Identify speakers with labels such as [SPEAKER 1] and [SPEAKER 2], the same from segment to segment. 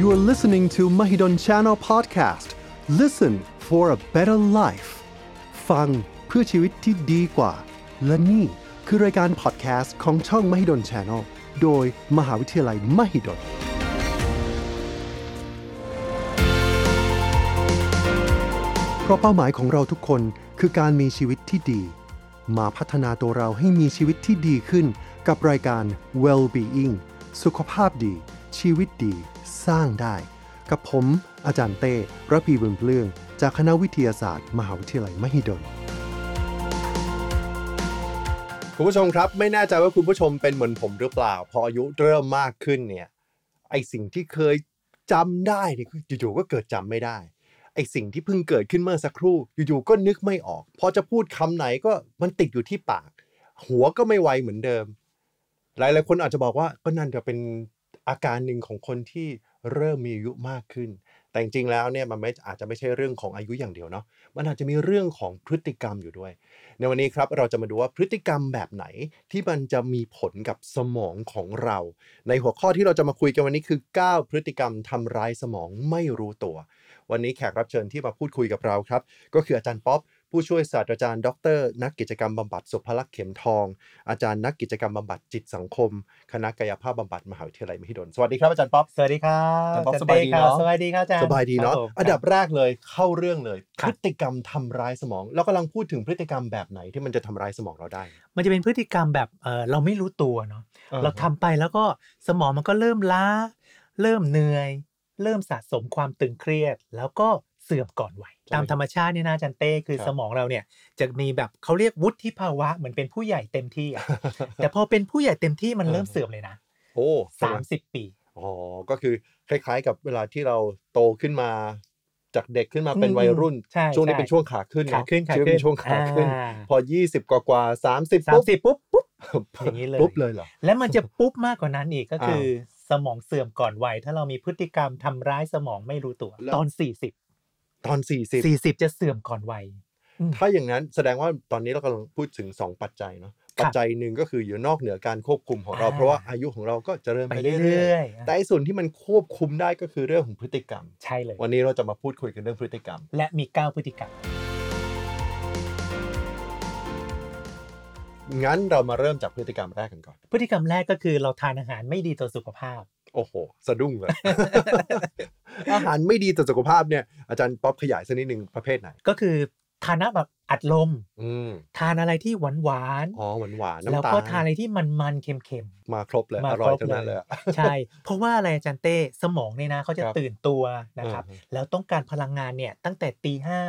[SPEAKER 1] You are listening to Mahidol Channel Podcast. Listen for a better life. ฟังเพื่อชีวิตที่ดีกว่า และนี่คือรายการ podcast ของช่อง Mahidol Channel โดยมหาวิทยาลัย Mahidol เพราะเป้าหมายของเราทุกคนคือการมีชีวิตที่ดี มาพัฒนาตัวเราให้มีชีวิตที่ดีขึ้น กับรายการ Well-being สุขภาพดี ชีวิตดีสร้างได้ กับผม อาจารย์เต้ระพีบุญเปลือง จากคณะวิทยาศาสตร์ มหาวิทยาลัยมหิดล
[SPEAKER 2] คุณผู้ชมครับไม่แน่ใจว่าคุณผู้ชมเป็นเหมือนผมหรือเปล่า พออายุเริ่มมากขึ้นเนี่ยไอสิ่งที่เคยจำได้เนี่ยอยู่ๆก็เกิดจำไม่ได้ ไอสิ่งที่เพิ่งเกิดขึ้นเมื่อสักครู่ อยู่ๆก็นึกไม่ออก พอจะพูดคำไหนก็มันติดอยู่ที่ปาก หัวก็ไม่ไวเหมือนเดิม หลายๆคนอาจจะบอกว่าก็นั่นจะเป็นอาการหนึ่งของคนที่เริ่มมีอายุมากขึ้น แต่จริงๆแล้วเนี่ยมันไม่อาจจะไม่ใช่เรื่องของอายุอย่างเดียวเนาะมันอาจจะมีเรื่องของพฤติกรรมอยู่ด้วย ในวันนี้ครับเราจะมาดูว่าพฤติกรรมแบบไหนที่มันจะมีผลกับสมองของเรา ในหัวข้อที่เราจะมาคุยกันวันนี้คือ 9 พฤติกรรมทำร้ายสมองไม่รู้ตัว วันนี้แขกรับเชิญที่มาพูดคุยกับเราครับ ก็คืออาจารย์ป๊อป ผู้ช่วยศาสตราจารย์ดร นักกิจกรรมบำบัดสุภลักษณ์เข็มทอง อาจารย์นักกิจกรรมบำบัดจิตสังคม คณะกายภาพบำบัดมหาวิทยาลัยมหิดลสวัสดีครับอาจารย์ป๊อป
[SPEAKER 3] สวัสดีครับ
[SPEAKER 2] อาจารย์ป๊อป
[SPEAKER 3] เต้ครั
[SPEAKER 2] ส
[SPEAKER 3] ส
[SPEAKER 2] บา
[SPEAKER 3] บายย
[SPEAKER 2] ดี
[SPEAKER 3] ดี
[SPEAKER 2] เน
[SPEAKER 3] ครับอาจารย์
[SPEAKER 2] สบายดีเนาะ
[SPEAKER 3] ครับผม
[SPEAKER 2] อันดับแรกเลยเข้าเรื่องเลย
[SPEAKER 3] ค
[SPEAKER 2] พ
[SPEAKER 3] รับ
[SPEAKER 2] ฤติกรรมทำร้ายสมองเรากำลังพูดถึงพฤติกรรมแบบไหนที่มันจะทำร้ายสมองเราได้
[SPEAKER 3] มันจะเป็นพฤติกรรมแบบเออเราไม่รู้ตัวเนาะเรา ทำไปแล้วก็สมองมันก็เริ่มล้า เริ่มเหนื่อย เริ่มสะสมความตึงเครียด แล้วก็เสื่อมก่อนวัย
[SPEAKER 2] ใช่
[SPEAKER 3] ตามธรรมชาติเนี่ยนะอาจันเต้คือ
[SPEAKER 2] ครับ
[SPEAKER 3] สมองเราเนี่ยจะมีแบบเขาเรียกวุฒิภาวะเหมือนเป็นผู้ใหญ่เต็มที่อะแต่พอเป็นผู้ใหญ่เต็มที่มันเริ่มเสื่อมเลยนะ
[SPEAKER 2] โอ้สาม
[SPEAKER 3] 30 ปี
[SPEAKER 2] อ๋อ ก็คือคล้ายๆ กับเวลาที่เราโตขึ้นมา จากเด็กขึ้นมาเป็น
[SPEAKER 3] อืม
[SPEAKER 2] วัยรุ่น
[SPEAKER 3] ใช่
[SPEAKER 2] ช่วงนี้
[SPEAKER 3] ใช่
[SPEAKER 2] เป็นช่วงขาขึ้น
[SPEAKER 3] ขา
[SPEAKER 2] เนาะ
[SPEAKER 3] ขึ้นขา
[SPEAKER 2] ช่วง
[SPEAKER 3] ขึ้น
[SPEAKER 2] เป็นช่วงขาขึ้น พอ 20 กว่ากว่าสามสิบ
[SPEAKER 3] สามสิบปุ๊บปุ๊บ
[SPEAKER 2] ปุ๊บ
[SPEAKER 3] อย่างนี้เลย
[SPEAKER 2] ปุ๊บเลยเหรอ
[SPEAKER 3] และมันจะปุ๊บมากกว่านั้นอีกก็คืออสมองเสื่อมก่อนวัยถ้าเรามีพฤติกรรมทำร้ายสมองไม่รู้ตัว
[SPEAKER 2] แล้ว
[SPEAKER 3] ตอน 40
[SPEAKER 2] ตอน 40
[SPEAKER 3] 40 จะเสื่อมก่อนวัย
[SPEAKER 2] ถ้าอย่างนั้นแสดงว่าตอนนี้เรากำลังพูดถึง 2 ปัจจัยเนาะ
[SPEAKER 3] ครับ
[SPEAKER 2] ปัจจัยหนึ่งก็คืออยู่นอกเหนือการควบคุมของเรา
[SPEAKER 3] อ่า
[SPEAKER 2] เพราะว่าอายุของเราก็เจะเริ่ม
[SPEAKER 3] ไป
[SPEAKER 2] ไป
[SPEAKER 3] เร
[SPEAKER 2] เรื่
[SPEAKER 3] ื่
[SPEAKER 2] อย
[SPEAKER 3] อย
[SPEAKER 2] ๆ แต่ไอ้ส่วนที่มันควบคุมได้ก็คือเรื่องของพฤติกรรม
[SPEAKER 3] ๆ ใช่เลย
[SPEAKER 2] วันนี้เราจะมาพูดคุยกันเรื่องพฤติกรรม
[SPEAKER 3] และมี 9 พฤติกรรม
[SPEAKER 2] งั้นเรามาเริ่มจากพฤติกรรมแรกกันก่อน
[SPEAKER 3] พฤติกรรมแรกก็คือเราทานอาหารไม่ดีต่อสุขภาพ
[SPEAKER 2] โอ้โห สะดุ้งเลย อาหารไม่ดีต่อสุขภาพเนี่ยอาจารย์ป๊อปขยายสักนิดหนึ่งประเภทไหน
[SPEAKER 3] ก็คือทานนะแบบอัดลม
[SPEAKER 2] อืม
[SPEAKER 3] ทานอะไรที่หวานหวานๆ
[SPEAKER 2] อ๋อหวานหวานๆ
[SPEAKER 3] แล้ว
[SPEAKER 2] น้ำตาล
[SPEAKER 3] ก็ทานอะไรที่มันมันๆเค็ม
[SPEAKER 2] มาครบเลย
[SPEAKER 3] มา
[SPEAKER 2] อ
[SPEAKER 3] ครบ
[SPEAKER 2] ร่อยทั้งนั้น
[SPEAKER 3] เล
[SPEAKER 2] เลย ย
[SPEAKER 3] ๆ ใช่ เพราะว่าอะไรอาจารย์เต้สมองเนี่ยนะเขาจะ
[SPEAKER 2] ครับ
[SPEAKER 3] ตื่นตัวนะครับ
[SPEAKER 2] อ่าฮะ
[SPEAKER 3] แล้วต้องการพลังงานเนี่ยตั้งแต่ตีห้า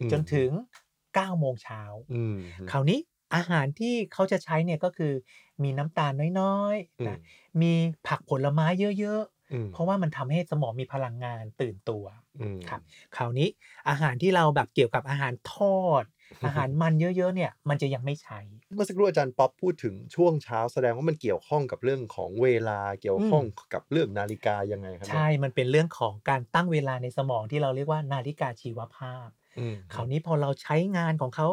[SPEAKER 2] อืม
[SPEAKER 3] จนถึง9โมงเช้า
[SPEAKER 2] อืม
[SPEAKER 3] คราวนี้อาหารที่เขาจะใช้เนี่ยก็คือมีน้ำตาลน้อย
[SPEAKER 2] อืม
[SPEAKER 3] ๆนะมีผักผลไม้เยอะ
[SPEAKER 2] อืม
[SPEAKER 3] ๆ เพราะว่ามันทำให้สมองมีพลังงานตื่นตัว
[SPEAKER 2] อืม
[SPEAKER 3] ครับ คราวนี้อาหารที่เราแบบเกี่ยวกับอาหารทอด อาหารมันเยอะๆเนี่ยมันจะยังไม่ใช้
[SPEAKER 2] เมื่อสักครู่อาจารย์ป๊อปพูดถึงช่วงเช้าแสดงว่ามันเกี่ยวข้องกับเรื่องของเวลาเกี่ยวข้องกับเรื่องนาฬิกายังไงครับ
[SPEAKER 3] ใช่ มันเป็นเรื่องของการตั้งเวลาในสมองที่เราเรียกว่านาฬิกาชีวภาพ
[SPEAKER 2] อืม
[SPEAKER 3] คราวนี้พอเราใช้งานของเขา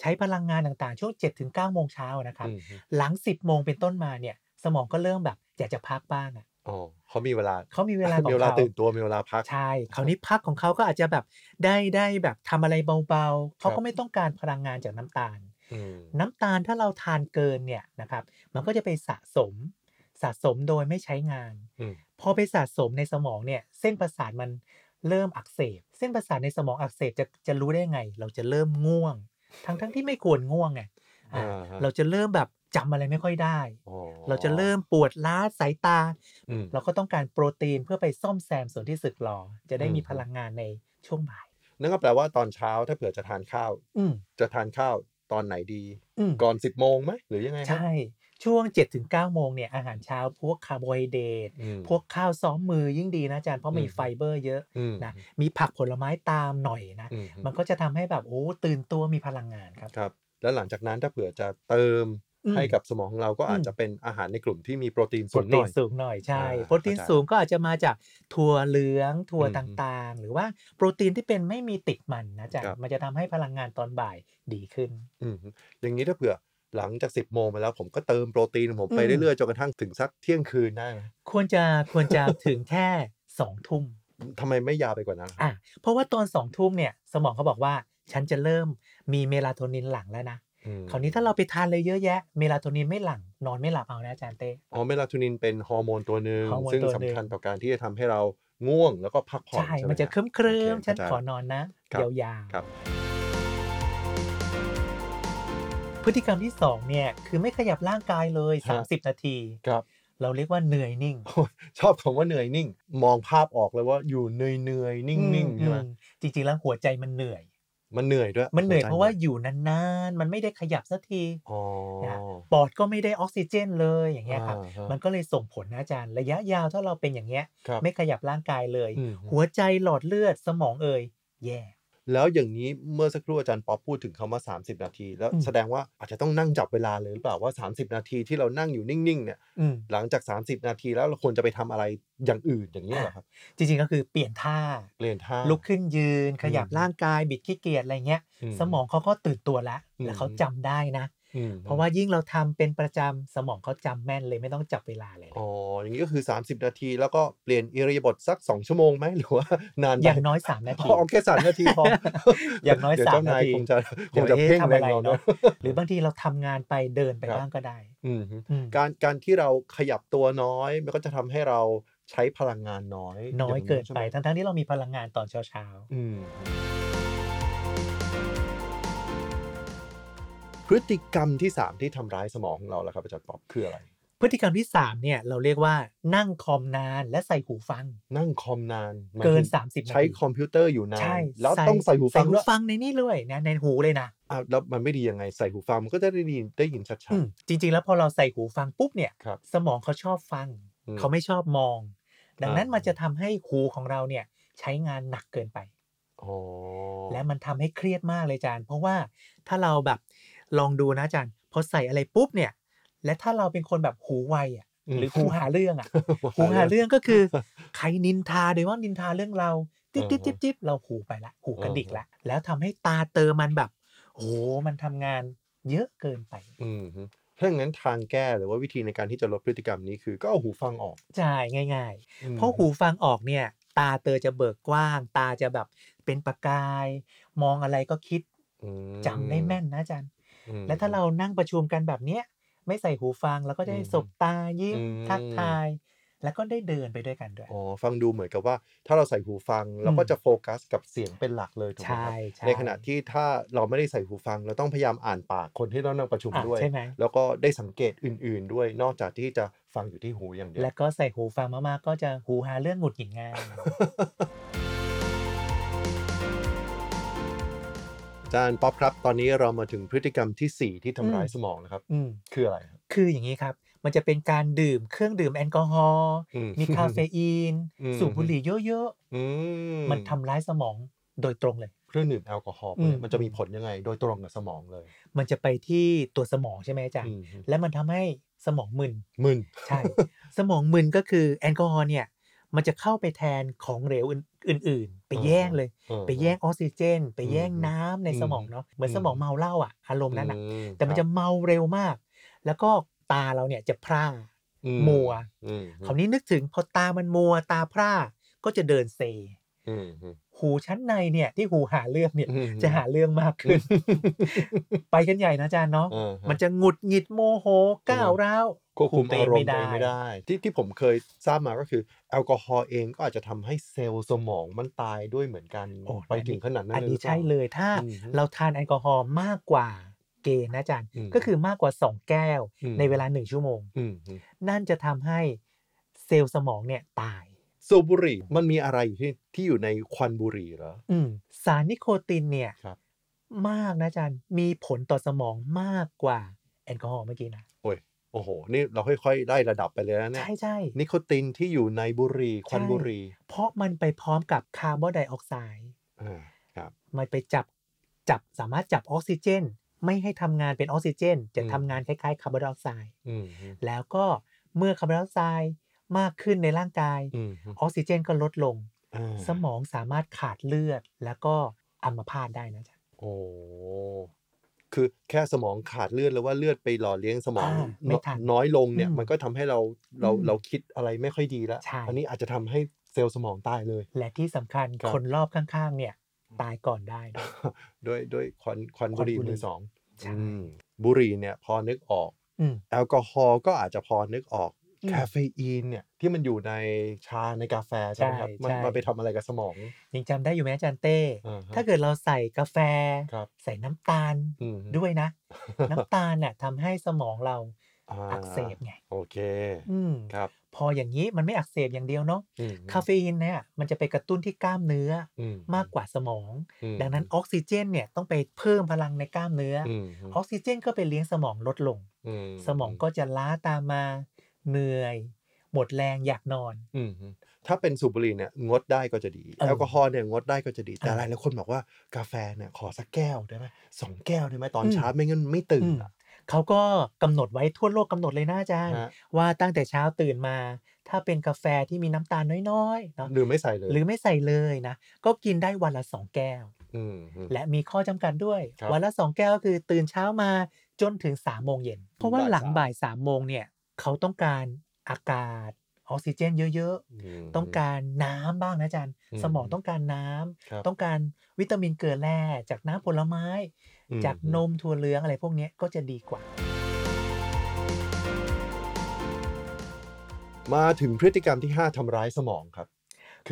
[SPEAKER 3] ใช้พลังงานต่างๆ ช่วง7-9ถึง9โมงเช้านะครับ
[SPEAKER 2] อืม
[SPEAKER 3] หลัง 10 โมงเป็นต้นมาเนี่ย สมองก็เริ่มแบบอยากจะพักบ้างอ่ะ
[SPEAKER 2] อ๋อเขามีเวลา
[SPEAKER 3] เขามีเวลาขอ ง
[SPEAKER 2] มีเวลา
[SPEAKER 3] เขา
[SPEAKER 2] ตื่นตัวมีเวลาพัก
[SPEAKER 3] ใช่คราวนี้พักของเขาก็อาจจะแบบได้ได้แบบทำอะไรเบาๆ เขา
[SPEAKER 2] ครั
[SPEAKER 3] ก็
[SPEAKER 2] บ
[SPEAKER 3] ไม่ต้องการพลังงานจากน้ำตาล
[SPEAKER 2] อืม
[SPEAKER 3] น้ำตาลถ้าเราทานเกินเนี่ยนะครับ มันก็จะไปสะสม สะสมโดยไม่ใช้งาน
[SPEAKER 2] อืม
[SPEAKER 3] พอไปสะสมในสมองเนี่ย เส้นประสาทมันเริ่มอักเสบ เส้นประสาทในสมองอักเสบจะจะรู้ได้ไง เราจะเริ่มง่วง ทั้งทั้งที่ไม่ควรง่วงไงอ่า
[SPEAKER 2] อ่าฮะ
[SPEAKER 3] เราจะเริ่มแบบจำอะไรไม่ค่อยได้
[SPEAKER 2] อ๋อ
[SPEAKER 3] เราจะเริ่มปวดล้าสายตา
[SPEAKER 2] อืม
[SPEAKER 3] เราก็ต้องการโปรตีนเพื่อไปซ่อมแซมส่วนที่สึกหรอ จะได้
[SPEAKER 2] อืม
[SPEAKER 3] มีพลังงานในช่วงบ่าย
[SPEAKER 2] นั่นก็แปลว่าตอนเช้าถ้าเผื่อจะทานข้าว
[SPEAKER 3] อืม
[SPEAKER 2] จะทานข้าวตอนไหนดี
[SPEAKER 3] อืม
[SPEAKER 2] ก่อน 10บโมงไหมหรือยังไงครับ
[SPEAKER 3] ใช่ ช่วง7จ็ถึงเโมงเนี่ยอาหารเช้าพวกคาร์โบไฮเดรต
[SPEAKER 2] อืม
[SPEAKER 3] พวกข้าวซ้อมมือยิ่งดีนะอาจารย์เพราะมี
[SPEAKER 2] อืม
[SPEAKER 3] ไฟเบอร์เยอะ
[SPEAKER 2] อืม
[SPEAKER 3] นะมีผักผลไม้ตามหน่อยนะ
[SPEAKER 2] อืม
[SPEAKER 3] มันก็จะทำให้แบบโอ้ตื่นตัวมีพลังงานครับ
[SPEAKER 2] ครับ แล้วหลังจากนั้นถ้าเผื่อจะเติม
[SPEAKER 3] อืม
[SPEAKER 2] ให้กับสมองของเราก็อาจ
[SPEAKER 3] อืม
[SPEAKER 2] จะเป็นอาหารในกลุ่มที่มีโปรตีน
[SPEAKER 3] โป
[SPEAKER 2] สู
[SPEAKER 3] รง
[SPEAKER 2] ห
[SPEAKER 3] ตี
[SPEAKER 2] น่อน ย
[SPEAKER 3] สูงหน่อยใช่
[SPEAKER 2] อ่า
[SPEAKER 3] โปรตีน
[SPEAKER 2] เข้าใจ
[SPEAKER 3] สูงก็อาจจะมาจากถั่วเหลืองถั่ว
[SPEAKER 2] อืม
[SPEAKER 3] ต่างๆ หรือว่าโปรตีนที่เป็นไม่มีติดมันนะอาจ๊ะ
[SPEAKER 2] ครับ
[SPEAKER 3] มันจะทำให้พลังงานตอนบ่ายดีขึ้น
[SPEAKER 2] อืมอย่างนี้ถ้าเผื่อหลังจาก 10บโมงไปแล้วผมก็เติมโปรตีนของผมไป
[SPEAKER 3] อืม
[SPEAKER 2] เรื่อยๆจนกระทั่งถึงสักเที่ยงคืนได้ไหม
[SPEAKER 3] ควรจะควรจะ ถึงแค่ สองทุ่ม
[SPEAKER 2] ทำไมไม่ยาวไปกว่านั้นล่ะ
[SPEAKER 3] อ่ะเพราะว่าตอนสองทุ่มเนี่ยสมองเขาบอกว่าฉันจะเริ่มมีเมลาโทนินหลั่งแล้วนะ
[SPEAKER 2] อืม
[SPEAKER 3] คราวนี้ถ้าเราไปทานเลยเยอะแยะ เมลาโทนินไม่หลั่งนอนไม่หลับเอานะอาจารย์เต้
[SPEAKER 2] อ๋อเมลาโทนินเป็นฮอร์โมนตัวหนึ่ง
[SPEAKER 3] ฮอร์โมน
[SPEAKER 2] ซึ่ง
[SPEAKER 3] ตัวหนึ่
[SPEAKER 2] สำ
[SPEAKER 3] ง
[SPEAKER 2] คัญต่อการที่จะทำให้เราง่วงแล้วก็พักผ่อน
[SPEAKER 3] ใช่
[SPEAKER 2] ใช่ไห
[SPEAKER 3] มันจะ
[SPEAKER 2] ฮ
[SPEAKER 3] เคลิ้มเคลิ้ม
[SPEAKER 2] โอเค
[SPEAKER 3] ฉัน
[SPEAKER 2] เข้าใจ
[SPEAKER 3] ขอนอนนะ
[SPEAKER 2] ครับ
[SPEAKER 3] ยาว
[SPEAKER 2] ครับ
[SPEAKER 3] ๆพฤติกรรมที่ 2 เนี่ย คือไม่ขยับร่างกายเลย 30 นาที
[SPEAKER 2] ครับ
[SPEAKER 3] เราเรียกว่าเหนื่อยนิ่ง
[SPEAKER 2] ชอบคำว่าเหนื่อยนิ่ง มองภาพออกเลยว่าอยู่เหนื่อยเหนื่อยๆนิ่งนิ่ง
[SPEAKER 3] อื
[SPEAKER 2] ใช่ไหม
[SPEAKER 3] อืจริงๆแล้วหัวใจมันเหนื่อย
[SPEAKER 2] มันเหนื่อยด้วย
[SPEAKER 3] มันเหนื่อย
[SPEAKER 2] ใจ
[SPEAKER 3] เพราะว่าอยู่นานๆ มันไม่ได้ขยับสักที
[SPEAKER 2] อ๋อ
[SPEAKER 3] นะปอดก็ไม่ได้ออกซิเจนเลยอย่างเงี้ยครับ
[SPEAKER 2] อ่าฮะ
[SPEAKER 3] มันก็เลยส่งผลนะอาจารย์ ระยะยาวถ้าเราเป็นอย่างเงี้ย
[SPEAKER 2] ครับ
[SPEAKER 3] ไม่ขยับร่างกายเลย
[SPEAKER 2] อืม
[SPEAKER 3] หัวใจหลอดเลือดสมองเอ่ยแย่
[SPEAKER 2] แล้วอย่างนี้เมื่อสักครู่อาจารย์ป๊อปพูดถึงคำว่า 30 นาที แล้ว
[SPEAKER 3] อืม
[SPEAKER 2] แสดงว่าอาจจะต้องนั่งจับเวลาเลยหรือเปล่าว่า 30 นาทีที่เรานั่งอยู่นิ่งๆเนี่ย
[SPEAKER 3] อืม
[SPEAKER 2] หลังจาก 30 นาทีแล้วเราควรจะไปทำอะไรอย่างอื่นอย่างนี้ยเหรอครับ
[SPEAKER 3] จริงๆ ก็คือเปลี่ยนท่า
[SPEAKER 2] เปลี่ยนท่า
[SPEAKER 3] ลุกขึ้นยืน ขยับ
[SPEAKER 2] อืม
[SPEAKER 3] ร่างกายบิดขี้เกียจอะไรเงี้ย
[SPEAKER 2] อื
[SPEAKER 3] สมองเขาก็ตื่นตัวแล้ว
[SPEAKER 2] อืม
[SPEAKER 3] แล้วเขาจำได้นะ
[SPEAKER 2] อืม
[SPEAKER 3] เพราะว่ายิ่งเราทำเป็นประจำสมองเขาจำแม่นเลยไม่ต้องจับเวลาเลยนะ
[SPEAKER 2] อ๋ออย่างนี้ก็คือ 30 นาที แล้วก็เปลี่ยนอิริยาบถสัก 2 ชั่วโมงไหมหรือว่านานไป
[SPEAKER 3] อย่างน้อย 3 นา
[SPEAKER 2] อ๋
[SPEAKER 3] ที
[SPEAKER 2] อโอเคสามนาทีพอ
[SPEAKER 3] อย่างน้อย
[SPEAKER 2] เดี๋ว
[SPEAKER 3] สาม
[SPEAKER 2] เจ้นาย
[SPEAKER 3] นาที
[SPEAKER 2] คงจะคง
[SPEAKER 3] เดี๋ยว
[SPEAKER 2] จะ
[SPEAKER 3] เอ๊ะ
[SPEAKER 2] เพ่ง
[SPEAKER 3] ทำ
[SPEAKER 2] แร
[SPEAKER 3] อะ
[SPEAKER 2] ง
[SPEAKER 3] ไร
[SPEAKER 2] เราเน
[SPEAKER 3] เนาะ
[SPEAKER 2] อะ
[SPEAKER 3] หรือบางทีเราทำงานไปเดินไปบ้างก็ได้
[SPEAKER 2] อืมฮึ
[SPEAKER 3] อืม
[SPEAKER 2] การการที่เราขยับตัวน้อยมันก็จะทำให้เราใช้พลังงานน้อย
[SPEAKER 3] น้อยเกิน
[SPEAKER 2] ใช่ห
[SPEAKER 3] ไป
[SPEAKER 2] ม
[SPEAKER 3] ทั้งๆที่เรามีพลังงานตอนเช้า
[SPEAKER 2] อืม พฤติกรรมที่ 3 ที่ทำร้ายสมองของเราล่ะครับอาจารย์ป๊อปคืออะไร
[SPEAKER 3] ๆพฤติกรรมที่ 3 เนี่ยเราเรียกว่านั่งคอมนานและใส่หูฟัง
[SPEAKER 2] นั่งคอมนานหมาย
[SPEAKER 3] เกิน
[SPEAKER 2] ถึง
[SPEAKER 3] 30 นาที
[SPEAKER 2] ใช้คอมพิวเตอร์อยู่นา
[SPEAKER 3] ใช่
[SPEAKER 2] น แล้วต้องใส่หูฟัง
[SPEAKER 3] หู
[SPEAKER 2] ด้วย
[SPEAKER 3] ฟังในนี่เลยนะในหูเลยนะ
[SPEAKER 2] อ้าวแล้วมันไม่ดียังไงใส่หูฟังมันก็จะได้ยินได้ยินชัด
[SPEAKER 3] อืมจริงๆ แล้วพอเราใส่หูฟังปุ๊บเนี่ย
[SPEAKER 2] ครับ
[SPEAKER 3] สมองเขาชอบฟัง
[SPEAKER 2] อืม
[SPEAKER 3] เขาไม่ชอบมอง ดังนั้น
[SPEAKER 2] อ่ามั
[SPEAKER 3] มันจะทำให้หูของเราเนี่ยใช้งานหนักเกินไป
[SPEAKER 2] ๆอ๋อ
[SPEAKER 3] และมันทำให้เครียดมากเลยอาจารย์ เพราะว่าถ้าเราแบบลองดูนะอาจารย์พอใส่อะไรปุ๊บเนี่ย และถ้าเราเป็นคนแบบหูไวอ่ะ หรือหูหาเรื่องอ่ะ หูหาเรื่องก็คือ ใครนินทาโดยว่านินทาเรื่องเราจิ๊บจิ๊บจิ๊บจิ๊บเราหูไปละหูกระดิกละแล้วทำให้ตาเตอมันแบบโอ้โหมันทำงานเยอะเกินไป
[SPEAKER 2] อืมฮึถ้าอย่างนั้นทางแก้หรือว่าวิธีในการที่จะลดพฤติกรรมนี้คือก็เอาหูฟังออก
[SPEAKER 3] จ่ายง่าย
[SPEAKER 2] อื
[SPEAKER 3] ๆ
[SPEAKER 2] ม
[SPEAKER 3] เพราะหูฟังออกเนี่ย ตาเตอจะเบิกกว้าง ตาจะแบบเป็นประกาย มองอะไรก็คิด
[SPEAKER 2] อืม
[SPEAKER 3] จำได้แม่นนะอาจารย์
[SPEAKER 2] อืม
[SPEAKER 3] และถ้าเรานั่งประชุมกันแบบเนี้ยไม่ใส่หูฟังแล้วก็ได้
[SPEAKER 2] อืม
[SPEAKER 3] สบตายิ้ม
[SPEAKER 2] อืม
[SPEAKER 3] ทักทาย แล้วก็ได้เดินไปด้วยกันด้วย
[SPEAKER 2] อ๋อฟังดูเหมือนกับว่า ถ้าเราใส่หูฟังเราก็
[SPEAKER 3] อืม
[SPEAKER 2] จะโฟกัสกับเสียงเป็นหลักเลยถูกไหม
[SPEAKER 3] ใช่
[SPEAKER 2] ครับ
[SPEAKER 3] ใช่
[SPEAKER 2] ในขณะที่ถ้าเราไม่ได้ใส่หูฟัง เราต้องพยายามอ่านปากคนที่เรานั่งประชุม
[SPEAKER 3] อ่ะ
[SPEAKER 2] ด้วย
[SPEAKER 3] ใช่ไหม
[SPEAKER 2] แล้วก็ได้สังเกตอื่น ๆ ด้วยนอกจากที่จะฟังอยู่ที่หูอย่างเดียว
[SPEAKER 3] แล้วก็ใส่หูฟังมากๆก็จะหูหาเรื่องหงุดหงิด ง่าย
[SPEAKER 2] อาจารย์ป๊อปครับ ตอนนี้เรามาถึงพฤติกรรมที่ 4 ที่ทำร้าย
[SPEAKER 3] อืม
[SPEAKER 2] สมองนะครับ
[SPEAKER 3] อืม
[SPEAKER 2] คืออะไรครับ
[SPEAKER 3] คืออย่างนี้ครับ มันจะเป็นการดื่มเครื่องดื่มแอลกอฮอล์
[SPEAKER 2] อื
[SPEAKER 3] มีคาเฟอีน
[SPEAKER 2] อืม
[SPEAKER 3] สูบบุหรี่เยอะ
[SPEAKER 2] อืม
[SPEAKER 3] ๆมันทำร้ายสมองโดยตรงเลย
[SPEAKER 2] เครื่องดื่มแอลกอฮอล์พวก
[SPEAKER 3] อื
[SPEAKER 2] นี้
[SPEAKER 3] ม
[SPEAKER 2] มันจะมีผลยังไง โดยตรงกับสมองเลย
[SPEAKER 3] มันจะไปที่ตัวสมองใช่ไหมอาจารย์
[SPEAKER 2] อืม
[SPEAKER 3] และมันทำให้สมองมึน
[SPEAKER 2] มึน
[SPEAKER 3] ใช่ สมองมึนก็คือแอลกอฮอล์เนี่ย มันจะเข้าไปแทนของเหลวอนอื่น ๆ ไป
[SPEAKER 2] อ่า
[SPEAKER 3] แย่งเลย
[SPEAKER 2] อ่า
[SPEAKER 3] ไปแย่งออกซิเจน ไปแย่ง
[SPEAKER 2] อืม
[SPEAKER 3] น้ำใน
[SPEAKER 2] อืม
[SPEAKER 3] สมองเนาะ เหมือน
[SPEAKER 2] อืม
[SPEAKER 3] สมองเมาเหล้าอ่ะ อารมณ์นั้นอ่ะ
[SPEAKER 2] อื
[SPEAKER 3] แต่มัน
[SPEAKER 2] ค
[SPEAKER 3] จะ
[SPEAKER 2] รับ
[SPEAKER 3] เมาเร็วมาก แล้วก็ตาเราเนี่ยจะพร่า
[SPEAKER 2] อื
[SPEAKER 3] มัว
[SPEAKER 2] อืม
[SPEAKER 3] คราวนี้นึกถึงพอตามันมัวตาพร่า ก็จะเดินเซ
[SPEAKER 2] อืมอืม
[SPEAKER 3] หูชั้นในเนี่ยที่หูหาเรื่องเนี่ย
[SPEAKER 2] อืม
[SPEAKER 3] จะหาเรื่องมากขึ้น ไปกันใหญ่นะอาจารย์เนาะ
[SPEAKER 2] อ่าฮะ
[SPEAKER 3] มันจะหงุดหงิดโมโหก้าวร้าว
[SPEAKER 2] ควบคุมอารมณ์ตัวเอง
[SPEAKER 3] คุ
[SPEAKER 2] ไม่ได้ ที่ที่ผมเคยทราบมาก็คือ แอลกอฮอล์เองก็อาจจะทำให้เซลล์สมองมันตายด้วยเหมือนกัน
[SPEAKER 3] โอ้
[SPEAKER 2] ไปถึงขนาดนั้น
[SPEAKER 3] อัน
[SPEAKER 2] เลยหรื
[SPEAKER 3] นี้
[SPEAKER 2] อเปล่า
[SPEAKER 3] ใช่เลยถ้า
[SPEAKER 2] อืม
[SPEAKER 3] เราทานแอลกอฮอล์มากกว่าเกณฑ์นะอาจารย์
[SPEAKER 2] อืม
[SPEAKER 3] ก็คือมากกว่า 2 แก้ว
[SPEAKER 2] อืม
[SPEAKER 3] ในเวลา 1 ชั่วโมง
[SPEAKER 2] อืมอืม
[SPEAKER 3] นั่นจะทำให้เซลล์สมองเนี่ยตาย
[SPEAKER 2] สูบบุหรี่มันมีอะไรอยู่ที่ที่อยู่ในควันบุหรี่เหรอ
[SPEAKER 3] อืมสารนิโคตินเนี่ย
[SPEAKER 2] ครับ
[SPEAKER 3] มากนะอาจารย์มีผลต่อสมองมากกว่าแอลกอฮอล์เมื่อกี้นะ
[SPEAKER 2] โอ้โห นี่เราค่อยๆไล่ระดับไปเลยนะเนี่ย
[SPEAKER 3] ใช่ใช่
[SPEAKER 2] นิโคตินที่อยู่ในบุหรี่ควันบุหรี่
[SPEAKER 3] เพราะมันไปพร้อมกับคาร์บอนไดออกไซด์
[SPEAKER 2] อ่าครับ
[SPEAKER 3] มันไปจับจับสามารถจับออกซิเจน ไม่ให้ทำงานเป็นออกซิเจน จะ
[SPEAKER 2] อืม
[SPEAKER 3] ทำงานคล้ายๆคาร์บอนไดออกไซด์
[SPEAKER 2] อืมอืม
[SPEAKER 3] แล้วก็เมื่อคาร์บอนไดออกไซด์มากขึ้นในร่างกาย
[SPEAKER 2] อืม
[SPEAKER 3] ออกซิเจนก็ลดลง
[SPEAKER 2] อ่า
[SPEAKER 3] สมองสามารถขาดเลือด แล้วก็อัมพาตได้นะจ๊ะ
[SPEAKER 2] โอ้คือแค่สมองขาดเลือดแล้วว่าเลือดไปหล่อเลี้ยงสมอง
[SPEAKER 3] อ่าไม่ทัน
[SPEAKER 2] น้อยลงเนี่ย
[SPEAKER 3] อืม
[SPEAKER 2] มันก็ทำให้เราเรา
[SPEAKER 3] อืม
[SPEAKER 2] เราคิดอะไรไม่ค่อยดีแล้ว
[SPEAKER 3] ใช่
[SPEAKER 2] อันนี้อาจจะทำให้เซ ซลล์สมองตายเลย
[SPEAKER 3] และที่สำคัญ
[SPEAKER 2] ครับ
[SPEAKER 3] คนรอบข้างๆ เนี่ย ตายก่อนได้
[SPEAKER 2] ด้วยด้วยควันควันบุหรี่
[SPEAKER 3] ควันบุหรี่
[SPEAKER 2] มือสอง
[SPEAKER 3] ใช่
[SPEAKER 2] อืมบุหรี่เนี่ยพอนึกออก
[SPEAKER 3] อืม
[SPEAKER 2] แอลกอฮอล์ก็อาจจะพอนึกออก
[SPEAKER 3] อืม
[SPEAKER 2] คาเฟอีนเนี่ยที่มันอยู่ในชาในกาแฟใช่ไหมครับ
[SPEAKER 3] ใช่
[SPEAKER 2] มัน
[SPEAKER 3] ใช่
[SPEAKER 2] มันไปทำอะไรกับสมอง
[SPEAKER 3] ยังจำได้อยู่ไหมอาจารย์เต้
[SPEAKER 2] อ่ฮะ
[SPEAKER 3] ถ้าเกิดเราใส่กาแฟ
[SPEAKER 2] ครับ
[SPEAKER 3] ใส่น้ำตาล
[SPEAKER 2] อืม
[SPEAKER 3] ด้วย นะ น้ำตาลน่ะทำให้สมองเรา
[SPEAKER 2] า
[SPEAKER 3] อักเสบไง
[SPEAKER 2] โอเค
[SPEAKER 3] อืม
[SPEAKER 2] ครับ
[SPEAKER 3] พออย่างนี้มันไม่อักเสบอย่างเดียวเนาะ
[SPEAKER 2] อืม
[SPEAKER 3] คาเฟอีนเนี่ยมันจะไปกระตุ้นที่กล้ามเนื้อ
[SPEAKER 2] อื
[SPEAKER 3] มากกว่าสมอง
[SPEAKER 2] อืม
[SPEAKER 3] ดังนั้นออกซิเจนเนี่ยต้องไปเพิ่มพลังในกล้ามเนื้ออ
[SPEAKER 2] อืม
[SPEAKER 3] ออกซิเจนก็ไปเลี้ยงสมองลดลง
[SPEAKER 2] อื
[SPEAKER 3] สมองก็จะล้าตามมา เหนื่อย หมดแรงอยากนอน
[SPEAKER 2] อืมถ้าเป็นสูบบุหรี่เนี่ยงดได้ก็จะดี
[SPEAKER 3] เออ
[SPEAKER 2] แอลกอฮอล์เนี่ยงดได้ก็จะดี แต่
[SPEAKER 3] อ่า
[SPEAKER 2] หลายๆคนบอกว่ากาแฟเนี่ยขอสักแก้วได้ไหมสองแก้วได้ไหมตอน
[SPEAKER 3] อืม
[SPEAKER 2] เช้าไม่งั้นไม่ตื่น
[SPEAKER 3] อืม
[SPEAKER 2] อะ
[SPEAKER 3] เขาก็กำหนดไว้ทั่วโลกกำหนดเลยนะอาจารย์
[SPEAKER 2] ฮะ
[SPEAKER 3] ว่าตั้งแต่เช้าตื่นมา ถ้าเป็นกาแฟที่มีน้ำตาลน้อยๆเนาะ
[SPEAKER 2] หรือไม่ใส่เลย
[SPEAKER 3] หรือไม่ใส่เลยนะ ก็กินได้วันละ 2 แก้ว
[SPEAKER 2] มอืม
[SPEAKER 3] และมีข้อจำกัดด้วย
[SPEAKER 2] ครับ
[SPEAKER 3] วันละ 2 แก้วก็คือตื่นเช้ามาจนถึง3ามโมงเย็น เพราะว่า
[SPEAKER 2] บ่าย
[SPEAKER 3] หลั
[SPEAKER 2] สา
[SPEAKER 3] ง
[SPEAKER 2] ม
[SPEAKER 3] บ่าย3ามโมงเนี่ยเขาต้องการอากาศออกซิเจนเยอะ
[SPEAKER 2] ม
[SPEAKER 3] ๆ ต้องการน้ำบ้างนะอาจารย์
[SPEAKER 2] อืม
[SPEAKER 3] สมองต้องการน้ำ
[SPEAKER 2] ครับ
[SPEAKER 3] ต้องการวิตามินเกลือแร่จากน้ำผลไม้
[SPEAKER 2] อืม
[SPEAKER 3] จากนมถั่วเหลืองอะไรพวกเนี้ยก็จะดีกว่า
[SPEAKER 2] มาถึงพฤติกรรมที่ห้าทำร้ายสมองครับ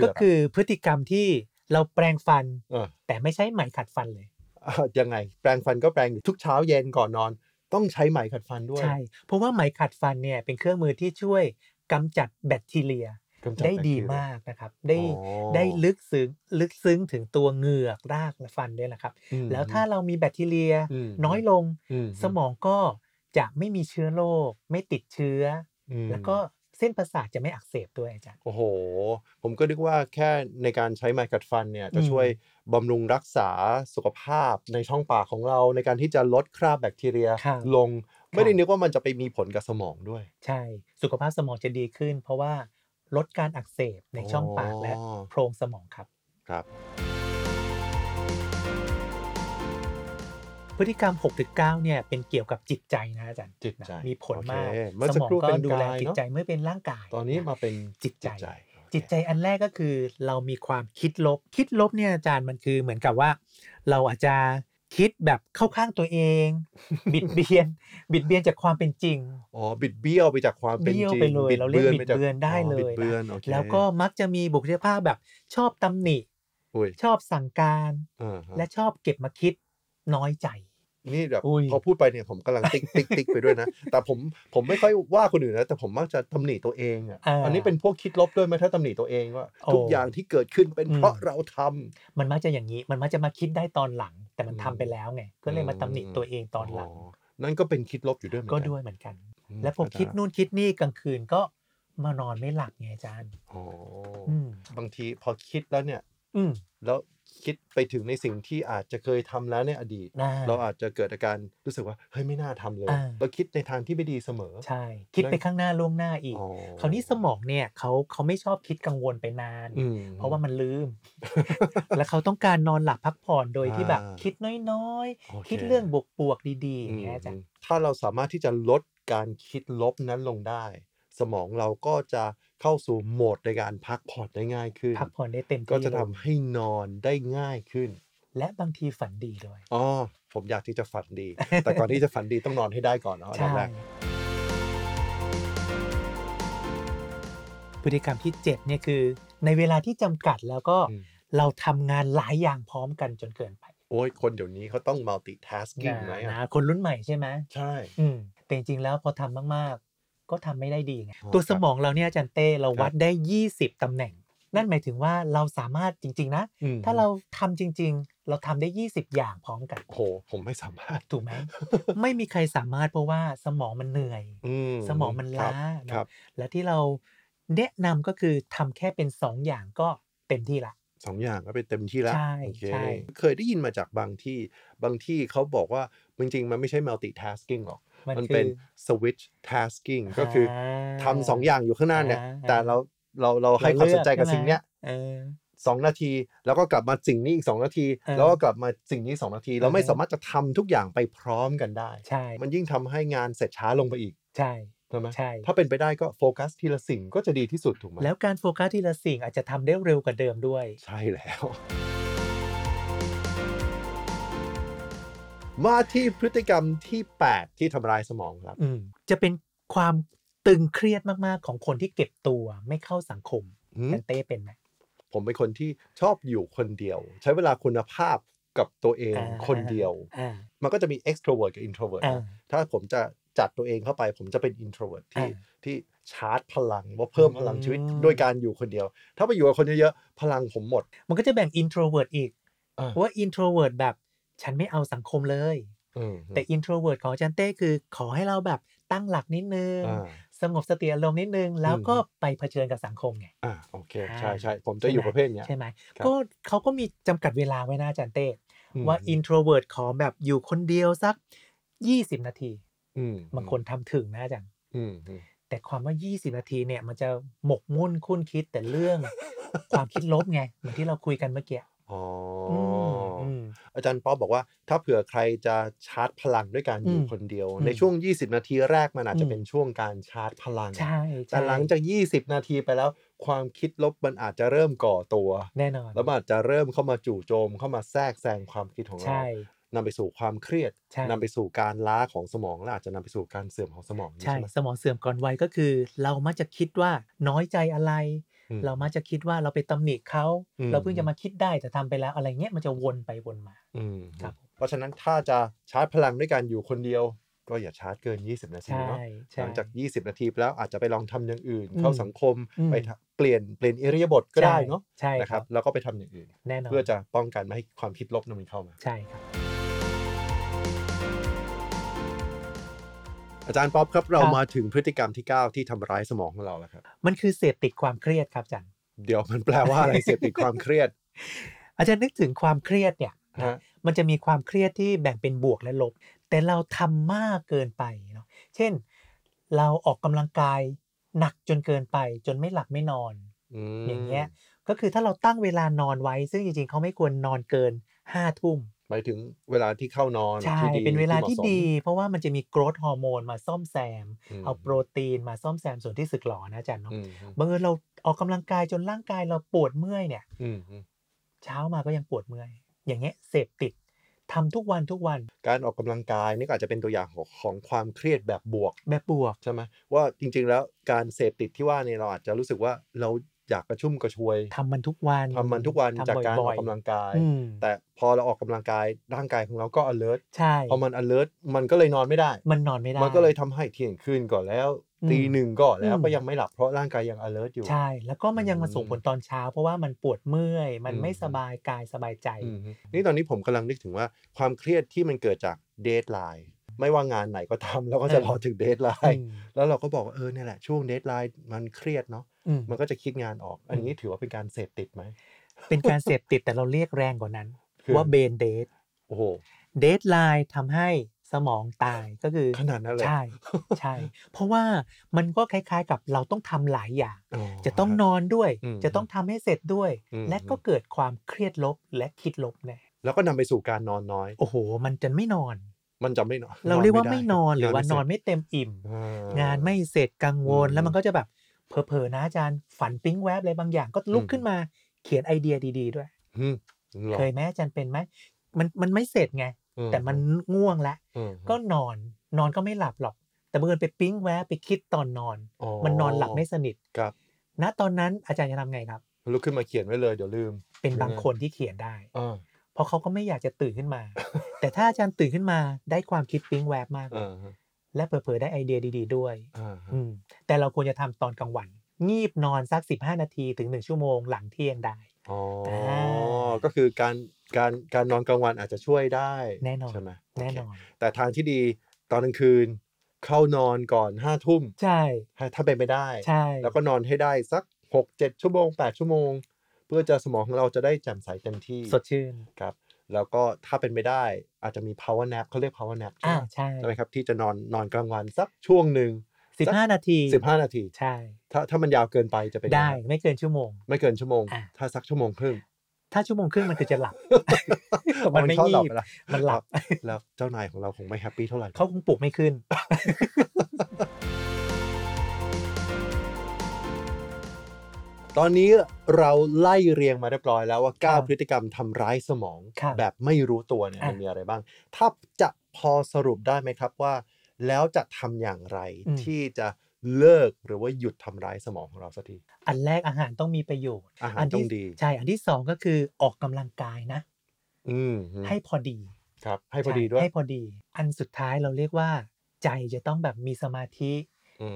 [SPEAKER 3] ก็
[SPEAKER 2] ะไร
[SPEAKER 3] คือพฤติกรรมที่เราแปรงฟัน
[SPEAKER 2] เออ
[SPEAKER 3] แต่ไม่ใช้ไหมขัดฟันเลย
[SPEAKER 2] อ่ะยังไง แปรงฟันก็แปรงอยู่ทุกเช้าเย็นก่อนนอน ต้องใช้ไหมขัดฟันด้วย
[SPEAKER 3] ใช่ เพราะว่าไหมขัดฟันเนี่ยเป็นเครื่องมือที่ช่วยกำจัดแบคทีเรีย
[SPEAKER 2] กำจั
[SPEAKER 3] ได้
[SPEAKER 2] แบคที
[SPEAKER 3] ดี
[SPEAKER 2] เรีย
[SPEAKER 3] มากนะครับ ได้
[SPEAKER 2] อ๋อ
[SPEAKER 3] ได้ลึกซึ้งลึกซึ้งถึงตัวเหงือกรากและฟันด้วยนะครับ
[SPEAKER 2] อืม
[SPEAKER 3] แล้วถ้าเรามีแบคทีเรีย
[SPEAKER 2] ม
[SPEAKER 3] น้อยลง
[SPEAKER 2] ม
[SPEAKER 3] สมองก็จะไม่มีเชื้อโรคไม่ติดเชื้อ
[SPEAKER 2] อื
[SPEAKER 3] อ
[SPEAKER 2] ม
[SPEAKER 3] แล้วก็เส้นประสาทจะไม่อักเสบด้วยอาจารย์
[SPEAKER 2] โอ้โห ผมก็นึกว่าแค่ในการใช้ไหมขัดฟันเนี่ยจะ
[SPEAKER 3] อืม
[SPEAKER 2] ช่วยบำรุงรักษาสุขภาพในช่องปากของเรา ในการที่จะลดคราบแบคทีเรีย
[SPEAKER 3] ครับ
[SPEAKER 2] ลง ไม่ได้นึกว่ามันจะไปมีผลกับสมองด้วย
[SPEAKER 3] ใช่ สุขภาพสมองจะดีขึ้น เพราะว่าลดการอักเสบในช่องปากและ
[SPEAKER 2] อ๋อ
[SPEAKER 3] โพรงสมองครับ
[SPEAKER 2] ครับ
[SPEAKER 3] พฤติกรรม 6-9เนี่ยเป็นเกี่ยวกับจิตใจนะอาจารย์
[SPEAKER 2] จิตใจ
[SPEAKER 3] มีผลมาก
[SPEAKER 2] โอเคเมื่อ
[SPEAKER 3] ส
[SPEAKER 2] สัก
[SPEAKER 3] มอง
[SPEAKER 2] ครู่
[SPEAKER 3] ก็
[SPEAKER 2] เป็น
[SPEAKER 3] ดูแล
[SPEAKER 2] กายเนอะ
[SPEAKER 3] จิตใจเมื่อเป็นร่างกาย
[SPEAKER 2] ตอนนี้
[SPEAKER 3] ะ
[SPEAKER 2] มาเป็น
[SPEAKER 3] จิตใจ
[SPEAKER 2] โอเค
[SPEAKER 3] จิตใจอันแรกก็คือเรามีความคิดลบ คิดลบเนี่ยอาจารย์มันคือเหมือนกับว่า เราอาจจะคิดแบบเข้าข้างตัวเอง บิดเบียน บิดเบียนจากความเป็นจริง
[SPEAKER 2] อ๋อบิดเบี้ยวไปจากความเป็นจ
[SPEAKER 3] เบี้ยว
[SPEAKER 2] ริง
[SPEAKER 3] ไปเลยเราเรียก
[SPEAKER 2] ไปจ
[SPEAKER 3] บิดเบือนได้
[SPEAKER 2] อ๋อ
[SPEAKER 3] เลย
[SPEAKER 2] บิดเบือน
[SPEAKER 3] นะ
[SPEAKER 2] โอเค
[SPEAKER 3] แล้วก็มักจะมีบุคลิกภาพแบบชอบตำหนิ
[SPEAKER 2] อุ้ย
[SPEAKER 3] ชอบสั่งการ
[SPEAKER 2] อ่าฮะ
[SPEAKER 3] และชอบเก็บมาคิดน้อยใจ
[SPEAKER 2] นี่แบบ
[SPEAKER 3] อุ้ย
[SPEAKER 2] พอพูดไปเนี่ยผมกำลังติ๊กติ๊กติ๊กไปด้วยนะ แต่ผมผมไม่ค่อยว่าคนอื่นนะแต่ผมมักจะตำหนิตัวเองอ่ะ
[SPEAKER 3] อ่า
[SPEAKER 2] อันนี้เป็นพวกคิดลบด้วยไหมถ้าตำหนิตัวเองว่า
[SPEAKER 3] โอ้
[SPEAKER 2] ทุกอย่างที่เกิดขึ้นเป็น
[SPEAKER 3] อืม
[SPEAKER 2] เพราะเราทำ
[SPEAKER 3] มันมักจะอย่างนี้ มันมักจะมาคิดได้ตอนหลัง แต่มัน
[SPEAKER 2] อืม
[SPEAKER 3] ทำไปแล้วไง ก็เลยมา
[SPEAKER 2] อืม
[SPEAKER 3] ตำหนิตัวเองตอนหลัง
[SPEAKER 2] นั่นก็เป็นคิดลบอยู่ด้วยเหมือน
[SPEAKER 3] ก็
[SPEAKER 2] น
[SPEAKER 3] ด้วยเหมือนกัน
[SPEAKER 2] อืม
[SPEAKER 3] และพอคิดนู่นคิดนี่กลางคืนก็มานอนไม่หลับไงอาจารย์
[SPEAKER 2] โอ้
[SPEAKER 3] อืม
[SPEAKER 2] บางทีพอคิดแล้วเนี่ย
[SPEAKER 3] อืม
[SPEAKER 2] แล้วคิดไปถึงในสิ่งที่อาจจะเคยทำแล้วในอดีต
[SPEAKER 3] น่
[SPEAKER 2] เราอาจจะเกิดอาการรู้สึกว่าเฮ้ยไม่น่าทำเลย
[SPEAKER 3] อ่า
[SPEAKER 2] เราคิดในทางที่ไม่ดีเสมอ
[SPEAKER 3] ใช่ คิดไปข้างหน้าล่วงหน้าอีก
[SPEAKER 2] อ๋อ
[SPEAKER 3] คราวนี้สมองเนี่ยเขาเขาไม่ชอบคิดกังวลไปนาน
[SPEAKER 2] อืม
[SPEAKER 3] เพราะว่ามันลืม และเขาต้องการนอนหลับพักผ่อนโดยที่แบบ
[SPEAKER 2] อ่า
[SPEAKER 3] คิดน้อย
[SPEAKER 2] โอเ
[SPEAKER 3] ๆ คิดเรื่องบวกๆดีๆอย่างเงี้ยอาจารย์
[SPEAKER 2] อืมถ้าเราสามารถที่จะลดการคิดลบนั้นลงได้ สมองเราก็จะเข้าสู่โหมดในการพักผ่อนได้ง่ายขึ้น
[SPEAKER 3] พักผ่อนได้เต็มที่
[SPEAKER 2] ก็จะ
[SPEAKER 3] เลย
[SPEAKER 2] ทำให้นอนได้ง่ายขึ้น
[SPEAKER 3] และบางทีฝันดีด้วย
[SPEAKER 2] อ๋อผมอยากที่จะฝันดี แต่ก่อนที่จะฝันดีต้องนอนให้ได้ก่อนเนาะอันดับแรก
[SPEAKER 3] พฤติกรรมที่7เนี่ยคือ ในเวลาที่จำกัดแล้วก็
[SPEAKER 2] อืม
[SPEAKER 3] เราทำงานหลายอย่างพร้อมกันจนเกินไป
[SPEAKER 2] โอ้ยคนเดี๋ยวนี้เขาต้อง multitasking ไหม
[SPEAKER 3] นะ
[SPEAKER 2] อะ
[SPEAKER 3] คนรุ่นใหม่ใช่ไหม
[SPEAKER 2] ใช่
[SPEAKER 3] อืมแต่จริงๆแล้วพอทำมากๆ ก็ทำไม่ได้ดีไง
[SPEAKER 2] อ๋อ
[SPEAKER 3] ตัว
[SPEAKER 2] ครับ
[SPEAKER 3] สมองเราเนี่ยอาจารย์เต้เรา
[SPEAKER 2] ครับ
[SPEAKER 3] วัดได้ 20ตำแหน่ง นั่นหมายถึงว่าเราสามารถจริง ๆ นะ
[SPEAKER 2] อืม
[SPEAKER 3] ถ้าเราทำจริง ๆ เราทำได้ 20 อย่างพร้อมกัน
[SPEAKER 2] โอ้โหผมไม่สามารถ
[SPEAKER 3] ถูกไหม ไม่มีใครสามารถเพราะว่าสมองมันเหนื่อย
[SPEAKER 2] อื
[SPEAKER 3] สมองมันล้า
[SPEAKER 2] ครับ
[SPEAKER 3] เน
[SPEAKER 2] ค
[SPEAKER 3] อะ
[SPEAKER 2] รับ
[SPEAKER 3] และที่เราแนะนำก็คือทำแค่เป็น 2 อย่างก็เต็มที่ละ
[SPEAKER 2] สองอย่างก็ไปเต็มที่แล้ว
[SPEAKER 3] ใช่
[SPEAKER 2] โอเค
[SPEAKER 3] ใช่
[SPEAKER 2] เคยได้ยินมาจากบางที่บางที่เขาบอกว่าจริงๆมันไม่ใช่ multitasking หรอก มัน
[SPEAKER 3] คือ
[SPEAKER 2] เป็น switch tasking ก็คืออา ทำสองอย่างอยู่ข้างหน้าเนี่ย
[SPEAKER 3] อ่า
[SPEAKER 2] แต่เราเราเราให้ความสนใจกับ
[SPEAKER 3] เลือ
[SPEAKER 2] สิ่งเนี้ย
[SPEAKER 3] เออ
[SPEAKER 2] สองนาที แล้วก็กลับมาสิ่งนี้อีกสองนาที
[SPEAKER 3] เออ
[SPEAKER 2] แล้วก็กลับมาสิ่งนี้สองนาที เราไม่
[SPEAKER 3] เออ
[SPEAKER 2] สามารถจะทำทุกอย่างไปพร้อมกันได้
[SPEAKER 3] ใช่
[SPEAKER 2] มันยิ่งทำให้งานเสร็จช้าลงไปอีก
[SPEAKER 3] ใช่
[SPEAKER 2] เอ ช่ไหม
[SPEAKER 3] ใช่
[SPEAKER 2] ถ้าเป็นไปได้ก็โฟกัสทีละสิ่งก็จะดีที่สุดถูกไหม
[SPEAKER 3] แล้วการโฟกัสทีละสิ่งอาจจะทำได้เร็วกว่าเดิมด้วย
[SPEAKER 2] ใช่แล้ว มาที่พฤติกรรมที่ 8 ที่ทำลายสมองครับ
[SPEAKER 3] อืมจะเป็นความตึงเครียดมากๆของคนที่เก็บตัวไม่เข้าสังคม
[SPEAKER 2] อืม
[SPEAKER 3] แอนเต้เป็นไหม
[SPEAKER 2] ผมเป็นคนที่ชอบอยู่คนเดียว ใช้เวลาคุณภาพกับตัวเอง
[SPEAKER 3] อ่า
[SPEAKER 2] คนเดียว
[SPEAKER 3] อ่า
[SPEAKER 2] มันก็จะมี extrovert กับ introvert
[SPEAKER 3] อ่า
[SPEAKER 2] นะถ้าผมจะจัดตัวเองเข้าไป ผมจะเป็น introvert ที่
[SPEAKER 3] อ่า
[SPEAKER 2] ที่ชาร์จพลังว่าเพิ่มพลังชีวิต
[SPEAKER 3] อืม
[SPEAKER 2] ด้วยการอยู่คนเดียว ถ้าไปอยู่กับคนเยอะๆพลังผมหมด
[SPEAKER 3] มันก็จะแบ่ง introvert อีก
[SPEAKER 2] อ่า
[SPEAKER 3] ว่า introvert แบบฉันไม่เอาสังคมเลย
[SPEAKER 2] อืม
[SPEAKER 3] แต่ introvert ของอาจารย์เต้คือขอให้เราแบบตั้งหลักนิดนึง
[SPEAKER 2] อ่า
[SPEAKER 3] สงบสติอารมณ์นิดนึง แล้ว
[SPEAKER 2] อืม
[SPEAKER 3] ก็ไปเผชิญกับสังคมไง
[SPEAKER 2] อ่าโอเค
[SPEAKER 3] อ่า
[SPEAKER 2] ใช่ใช่ผมจะอยู่ประเภทเนี้ย
[SPEAKER 3] ใช่ไหม
[SPEAKER 2] ครับ
[SPEAKER 3] ก็เขาก็มีจำกัดเวลาไว้นะอาจารย์เต้
[SPEAKER 2] ม
[SPEAKER 3] ว่า introvert ขอแบบอยู่คนเดียวสัก 20 นาที
[SPEAKER 2] อืม
[SPEAKER 3] บางคนทำถึงนะอาจารย์
[SPEAKER 2] อืมอืม
[SPEAKER 3] แต่ความว่า 20 นาทีเนี่ย มันจะหมกมุ่นคุ้นคิดแต่เรื่อง ความคิดลบไง เหมือนที่เราคุยกันเมื่อกี้
[SPEAKER 2] อ๋ออ
[SPEAKER 3] อืมอืม
[SPEAKER 2] อาจารย์ป๊อปบอกว่า ถ้าเผื่อใครจะชาร์จพลังด้วยการอยู่
[SPEAKER 3] อืม
[SPEAKER 2] คนเดียว
[SPEAKER 3] อืม
[SPEAKER 2] ในช่วง 20 นาทีแรกมันอาจจะ
[SPEAKER 3] อืม
[SPEAKER 2] เป็นช่วงการชาร์จพลัง
[SPEAKER 3] ใช่ใช่
[SPEAKER 2] แต่หลังจาก 20 นาทีไปแล้ว ความคิดลบมันอาจจะเริ่มก่อตัว
[SPEAKER 3] แน่นอน
[SPEAKER 2] แล้วมันอาจจะเริ่มเข้ามาจู่โจม เข้ามาแทรกแซงความคิดของเรา
[SPEAKER 3] ใช่
[SPEAKER 2] นำไปสู่ความเครียด
[SPEAKER 3] ใช่
[SPEAKER 2] นำไปสู่การล้าของสมองและอาจจะนำไปสู่การเสื่อมของสมองนี่
[SPEAKER 3] ใช่
[SPEAKER 2] ใช่ไหม
[SPEAKER 3] สมองเสื่อมก่อนวัยก็คือ เรามักจะคิดว่าน้อยใจอะไร
[SPEAKER 2] อืม
[SPEAKER 3] เรามักจะคิดว่าเราไปตำหนิเขา
[SPEAKER 2] อืม
[SPEAKER 3] เราเพิ่งจะมาคิดได้แต่ทำไปแล้วอะไรเงี้ยมันจะวนไปวนมา
[SPEAKER 2] อืม
[SPEAKER 3] ครับผม
[SPEAKER 2] เพราะฉะนั้นถ้าจะชาร์จพลังด้วยการอยู่คนเดียว ก็อย่าชาร์จเกิน 20 นาที
[SPEAKER 3] ใช่
[SPEAKER 2] เนาะ
[SPEAKER 3] ใช่
[SPEAKER 2] หลังจาก 20 นาทีไปแล้วอาจจะไปลองทำอย่างอื่น
[SPEAKER 3] อืม
[SPEAKER 2] เข้าสังคม
[SPEAKER 3] อืม
[SPEAKER 2] ไปทำเปลี่ยนเปลี่ยนอิริยาบถก็ได้เนาะ
[SPEAKER 3] ใช่
[SPEAKER 2] นะค
[SPEAKER 3] ค
[SPEAKER 2] รั
[SPEAKER 3] รั
[SPEAKER 2] บบ แล้วก็ไปทำอย่างอื่น
[SPEAKER 3] แน่นอน
[SPEAKER 2] เพื่อจะป้องกันไม่ให้ความคิดลบนั้นมันเข้ามา
[SPEAKER 3] ใช่ครับ
[SPEAKER 2] อาจารย์ป๊อปครับเรา
[SPEAKER 3] ครับ
[SPEAKER 2] มาถึงพฤติกรรมที่ 9 ที่ทำร้ายสมองของเราแล้วครับ
[SPEAKER 3] มันคือเสพติดความเครียดครับอาจารย์
[SPEAKER 2] เดี๋ยวมันแปลว่าอะไร เสพติดความเค รียด
[SPEAKER 3] อาจารย์นึกถึงความเครียดเนี่ยนะ
[SPEAKER 2] ฮะ
[SPEAKER 3] มันจะมีความเครียดที่แบ่งเป็นบวกและลบ แต่เราทำมากเกินไปเนาะ เช่น เราออกกำลังกายหนักจนเกินไป จนไม่หลับไม่นอน
[SPEAKER 2] ม
[SPEAKER 3] อย่างเงี้ย ก็คือถ้าเราตั้งเวลานอนไว้ ซึ่งจริงๆ เขาไม่ควรนอนเกินห้าทุ่ม
[SPEAKER 2] หมายถึงเวลาที่เข้านอน
[SPEAKER 3] ใช่
[SPEAKER 2] ที่ดี
[SPEAKER 3] เป็นเวลาที่
[SPEAKER 2] หมะสม
[SPEAKER 3] ดี เพราะว่ามันจะมีโกรทฮอร์โมนมาซ่อมแซม
[SPEAKER 2] ม
[SPEAKER 3] เอาโปรตีนมาซ่อมแซมส่วนที่สึกหรอนะอาจารย์เนาะ
[SPEAKER 2] อืม
[SPEAKER 3] บังเอิญเราออกกำลังกายจนร่างกายเราปวดเมื่อยเนี่ย
[SPEAKER 2] อืมอืม
[SPEAKER 3] เช้ามาก็ยังปวดเมื่อย อย่างเงี้ยเสพติดทำทุกวันทุกวัน
[SPEAKER 2] การออกกำลังกายนี่ก็อาจจะเป็นตัวอย่างของของความเครียดแบบบวก
[SPEAKER 3] แบบบวก
[SPEAKER 2] ใช่ไหมว่าจริงๆแล้วการเสพติดที่ว่าเนี่ยเราอาจจะรู้สึกว่าเราอยากกระชุ่มกระชวย
[SPEAKER 3] ทำมันทุกวัน
[SPEAKER 2] ทำมันทุกวัน
[SPEAKER 3] ำ
[SPEAKER 2] จากการอ
[SPEAKER 3] บ่
[SPEAKER 2] อย ก
[SPEAKER 3] ๆ
[SPEAKER 2] กำลังกาย
[SPEAKER 3] อืม
[SPEAKER 2] แต่พอเราออกกำลังกายร่างกายของเราก็ alert
[SPEAKER 3] ใช่
[SPEAKER 2] พอมัน alert มันก็เลยนอนไม่ได้
[SPEAKER 3] มันนอนไม่ได้
[SPEAKER 2] มันก็เลยทำให้เที่ยงคืนก่อนแล้ว
[SPEAKER 3] อืม
[SPEAKER 2] ตีหนึ่งก่อนแล้ว
[SPEAKER 3] อืม
[SPEAKER 2] ก็ยังไม่หลับเพราะร่างกายยัง alert อยู่
[SPEAKER 3] ใช่ แล้วก็มันยังมาส่งผลตอนเช้า เพราะว่ามันปวดเมื่อย มัน
[SPEAKER 2] อืม
[SPEAKER 3] ไม่สบายกายสบายใจ
[SPEAKER 2] อืมฮึนี่ตอนนี้ผมกำลังนึกถึงว่าความเครียดที่มันเกิดจากเดทไลน์ไม่ว่างานไหนก็ทำ แล้วก็จะ
[SPEAKER 3] เออ
[SPEAKER 2] รอถึงเดทไลน์
[SPEAKER 3] อืม
[SPEAKER 2] แล้วเราก็บอกว่าเออเนี่ยแหละช่วงเดทไลน์มันเครียดเนาะ
[SPEAKER 3] อืม
[SPEAKER 2] มันก็จะคิดงานออก อันนี้ถือว่าเป็นการเสพติดไหม
[SPEAKER 3] เป็นการเสพติดแต่เราเรียกแรงกว่านั้น
[SPEAKER 2] คือ
[SPEAKER 3] ว่าเบนเดท
[SPEAKER 2] โอ้โห
[SPEAKER 3] เดทไลน์ทำให้สมองตายก็คือ
[SPEAKER 2] ขนาดนั้นเลย
[SPEAKER 3] ใช่ ใช่ เพราะว่ามันก็คล้ายๆกับเราต้องทำหลายอย่าง
[SPEAKER 2] อ๋อ
[SPEAKER 3] จะต้องนอนด้วย
[SPEAKER 2] อืม
[SPEAKER 3] จะต้องทำให้เสร็จด้วย
[SPEAKER 2] อืม
[SPEAKER 3] และก็เกิดความเครียดลบและคิดลบแน่
[SPEAKER 2] แล้วก็นำไปสู่การนอนน้อย
[SPEAKER 3] โอ้โห มันจะไม่นอน
[SPEAKER 2] มันจะไม่นอน
[SPEAKER 3] เราเรียกว่า
[SPEAKER 2] ด้
[SPEAKER 3] ไม่นอนหรือว่านอน
[SPEAKER 2] เสจ
[SPEAKER 3] ไม่เต็มอิ่ม
[SPEAKER 2] อ่
[SPEAKER 3] งานไม่เสร็จกังวล
[SPEAKER 2] อืม
[SPEAKER 3] แล้วมันก็จะแบบเผลอๆนะอาจารย์ฝันปิ๊งแวบอะไรบางอย่างก็ลุกขึ้นมาเขียนไอเดียดี ๆ ด้วย
[SPEAKER 2] อืมหรอ
[SPEAKER 3] เคยไหมอาจารย์เป็นไหมมันมันไม่เสร็จไง
[SPEAKER 2] อื
[SPEAKER 3] แต่มันง่วงละ
[SPEAKER 2] อืม
[SPEAKER 3] ก็นอนนอนก็ไม่หลับหรอก แต่บังเมื่อญไปปิ๊งแวบไปคิดตอนนอน
[SPEAKER 2] อ๋อ
[SPEAKER 3] มันนอนหลับไม่สนิท
[SPEAKER 2] ครับ
[SPEAKER 3] ณตอนนั้นอาจารย์จะทำไงครับ
[SPEAKER 2] ลุกขึ้นมาเขียนไว้เลยเดี๋ยวลืม
[SPEAKER 3] เป็นบาง
[SPEAKER 2] ยังไง
[SPEAKER 3] คนที่เขียนได้
[SPEAKER 2] อ่า
[SPEAKER 3] เพราะเขาก็ไม่อยากจะตื่นขึ้นมา แต่ถ้าอาจารย์ตื่นขึ้นมาได้ความคิดปิ๊งแวบมากเลย
[SPEAKER 2] อ่าฮะ
[SPEAKER 3] และเผลอๆได้ไอเดียดี ๆ ด้วย
[SPEAKER 2] อ่าฮะ
[SPEAKER 3] อืมแต่เราควรจะทำตอนกลางวัน งีบนอนสัก 15 นาทีถึง 1 ชั่วโมงหลังเที่ยงได้
[SPEAKER 2] อ๋ออา ก็คือการการการนอนกลางวันอาจจะช่วยได้
[SPEAKER 3] แน่นอน
[SPEAKER 2] ใช่ไหม
[SPEAKER 3] แน่นอ
[SPEAKER 2] โเคน แต่ทางที่ดีตอนกลางคืน เข้านอนก่อนห้าทุ่ม
[SPEAKER 3] ใช่
[SPEAKER 2] ถ้าเป็นไปได้
[SPEAKER 3] ใช่
[SPEAKER 2] แล้วก็นอนให้ได้สักหกเจ็ดชั่วโมงแปดชั่วโมง เพื่อจะสมองของเราจะได้แจ่มใสเต็มที่
[SPEAKER 3] สดชื่น
[SPEAKER 2] ครับ แล้วก็ถ้าเป็นไปได้อาจจะมี power nap เขาเรียก power nap ใช่
[SPEAKER 3] อ่า
[SPEAKER 2] ไหม
[SPEAKER 3] ใช่
[SPEAKER 2] ใช่ไหมครับที่จะนอนนอนกลางวันสักช่วงหนึ่ง
[SPEAKER 3] สิบห้านาที
[SPEAKER 2] 15 นาที
[SPEAKER 3] ใช่
[SPEAKER 2] ถ้าถ้ามันยาวเกินไปจะเป็นยังง
[SPEAKER 3] ได้ไม่เกินชั่วโมง
[SPEAKER 2] ไม่เกินชั่วโมง
[SPEAKER 3] อ่ะ
[SPEAKER 2] ถ้าสักชั่วโมงครึ่ง
[SPEAKER 3] ถ้าชั่วโมงครึ่งมันคือจะ หลับ มันไม่
[SPEAKER 2] ชอบห
[SPEAKER 3] งี
[SPEAKER 2] ลับบ ไปละ
[SPEAKER 3] มันหลับ
[SPEAKER 2] แล้วเจ้านายของเราคงไม่แฮปปี้เท่าไหร่
[SPEAKER 3] เขาคงปลุกไม่ขึ้น
[SPEAKER 2] ตอนนี้เราไล่เรียงมาเรียบร้อยแล้วว่า
[SPEAKER 3] ครับ
[SPEAKER 2] 9 พฤติกรรมทำร้ายสมอง
[SPEAKER 3] ครับ
[SPEAKER 2] แบบไม่รู้ตัวเนี่ย
[SPEAKER 3] อ่ะ
[SPEAKER 2] มันมีอะไรบ้าง ถ้าจะพอสรุปได้ไหมครับว่า แล้วจะทำอย่างไร
[SPEAKER 3] อืม
[SPEAKER 2] ที่จะเลิกหรือว่าหยุดทำร้ายสมองของเราสักที
[SPEAKER 3] อันแรกอาหารต้องมีประโยชน์
[SPEAKER 2] อาหารต้องดี
[SPEAKER 3] ใช่ อันที่สองก็คือออกกำลังกายนะ
[SPEAKER 2] อืม
[SPEAKER 3] ให้พอดี
[SPEAKER 2] ครับ ให้พอดีด้วย
[SPEAKER 3] ใช่ให้พอดี อันสุดท้ายเราเรียกว่า ใจจะต้องแบบมีสมาธิ
[SPEAKER 2] อื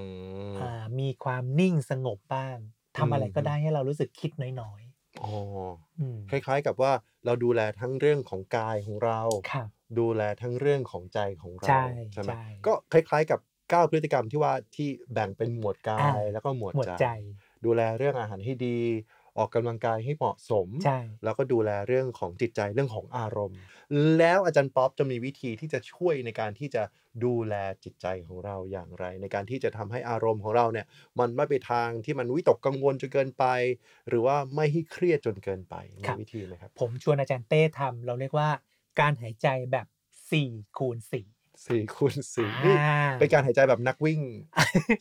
[SPEAKER 2] ม
[SPEAKER 3] อ่ามีความนิ่งสงบบ้างทำอะไร
[SPEAKER 2] อืม
[SPEAKER 3] ก็ได้ให้เรารู้สึกคิดน้อย
[SPEAKER 2] อ๋อ
[SPEAKER 3] ๆอืม
[SPEAKER 2] คล้ายๆกับว่าเราดูแลทั้งเรื่องของกายของเรา
[SPEAKER 3] ครับ
[SPEAKER 2] ดูแลทั้งเรื่องของใจของเรา
[SPEAKER 3] ใช่
[SPEAKER 2] ไหม
[SPEAKER 3] ใช่
[SPEAKER 2] ก็คล้ายๆกับ 9 พฤติกรรมที่ว่าที่แบ่งเป็นหมวดกายแล้วก็หมวด
[SPEAKER 3] หมด
[SPEAKER 2] ใจ
[SPEAKER 3] ใจ
[SPEAKER 2] ดูแลเรื่องอาหารให้ดี ออกกำลังกายให้เหมาะสม
[SPEAKER 3] ใช่
[SPEAKER 2] แล้วก็ดูแลเรื่องของจิตใจเรื่องของอารมณ์ แล้วอาจารย์ป๊อปจะมีวิธีที่จะช่วยในการที่จะดูแลจิตใจของเราอย่างไร ในการที่จะทำให้อารมณ์ของเราเนี่ย มันไม่ไปทางที่มันวิตกกังวลจนเกินไป หรือว่าไม่ให้เครียดจนเกินไปมี
[SPEAKER 3] ครับ
[SPEAKER 2] วิธีไหมครับ
[SPEAKER 3] ผมชวนอาจารย์เต้ทำเราเรียกว่าการหายใจแบบ4คูณ4
[SPEAKER 2] สี่คูณสี่นี่
[SPEAKER 3] อ่า
[SPEAKER 2] เป็นการหายใจแบบนักวิ่ง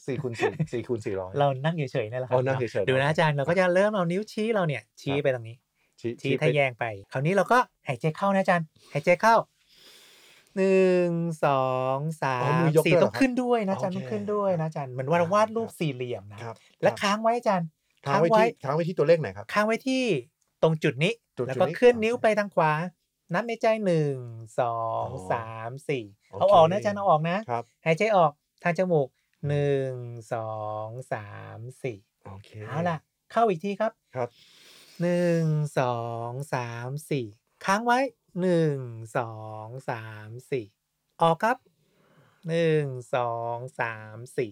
[SPEAKER 2] สี่คูณ สี่สี่คูณสี่ร้อย
[SPEAKER 3] เรานั่งเฉยๆนั่นแหละครั
[SPEAKER 2] อ๋อนั่งเฉยๆ
[SPEAKER 3] ดูนะ
[SPEAKER 2] นะครับ
[SPEAKER 3] อาจารย์เราก็จะเริ่มเอานิ้วชี้เราเนี่ยชี้ไปตรงนี้ ชี้ทะแยงไป คราวนี้เราก็หายใจเข้านะอาจารย์หายใจเข้าหนึ่งสองสา
[SPEAKER 2] อ๋อ
[SPEAKER 3] ม
[SPEAKER 2] มือยก
[SPEAKER 3] สี่
[SPEAKER 2] ด้วยเหรอ
[SPEAKER 3] ต้องขึ้นด้วยนะอาจารย์
[SPEAKER 2] โอ
[SPEAKER 3] ต้
[SPEAKER 2] เค
[SPEAKER 3] องขึ้นด้วยนะอาจารย์เหมือนว่าเราวาดรูป
[SPEAKER 2] ครับ
[SPEAKER 3] สี่เหลี่ยมนะครับ และค้างไว้อาจารย์
[SPEAKER 2] ค้างไว้ที่ค้างไว้ที่ตัวเลขไหนครับ
[SPEAKER 3] ค้างไว้ที่ตรงจุดนี้
[SPEAKER 2] จุด
[SPEAKER 3] แล้วก็
[SPEAKER 2] นี้
[SPEAKER 3] เคลื่อนนิ้วไปทางขวา นับในใจหนึ่งสอง
[SPEAKER 2] อ๋อ
[SPEAKER 3] สามสี่
[SPEAKER 2] โอเค
[SPEAKER 3] เอาออกนะอาจารย์เอาออกนะครับ หายใจออกทางจมูกหนึ่งสองสามสี่
[SPEAKER 2] โอเค
[SPEAKER 3] เอาล่ะ เข้าอีกทีครับ
[SPEAKER 2] ครับ
[SPEAKER 3] หนึ่งสองสามสี่ค้างไว้หนึ่งสองสามสี่ออกครับหนึ่งสองสามสี่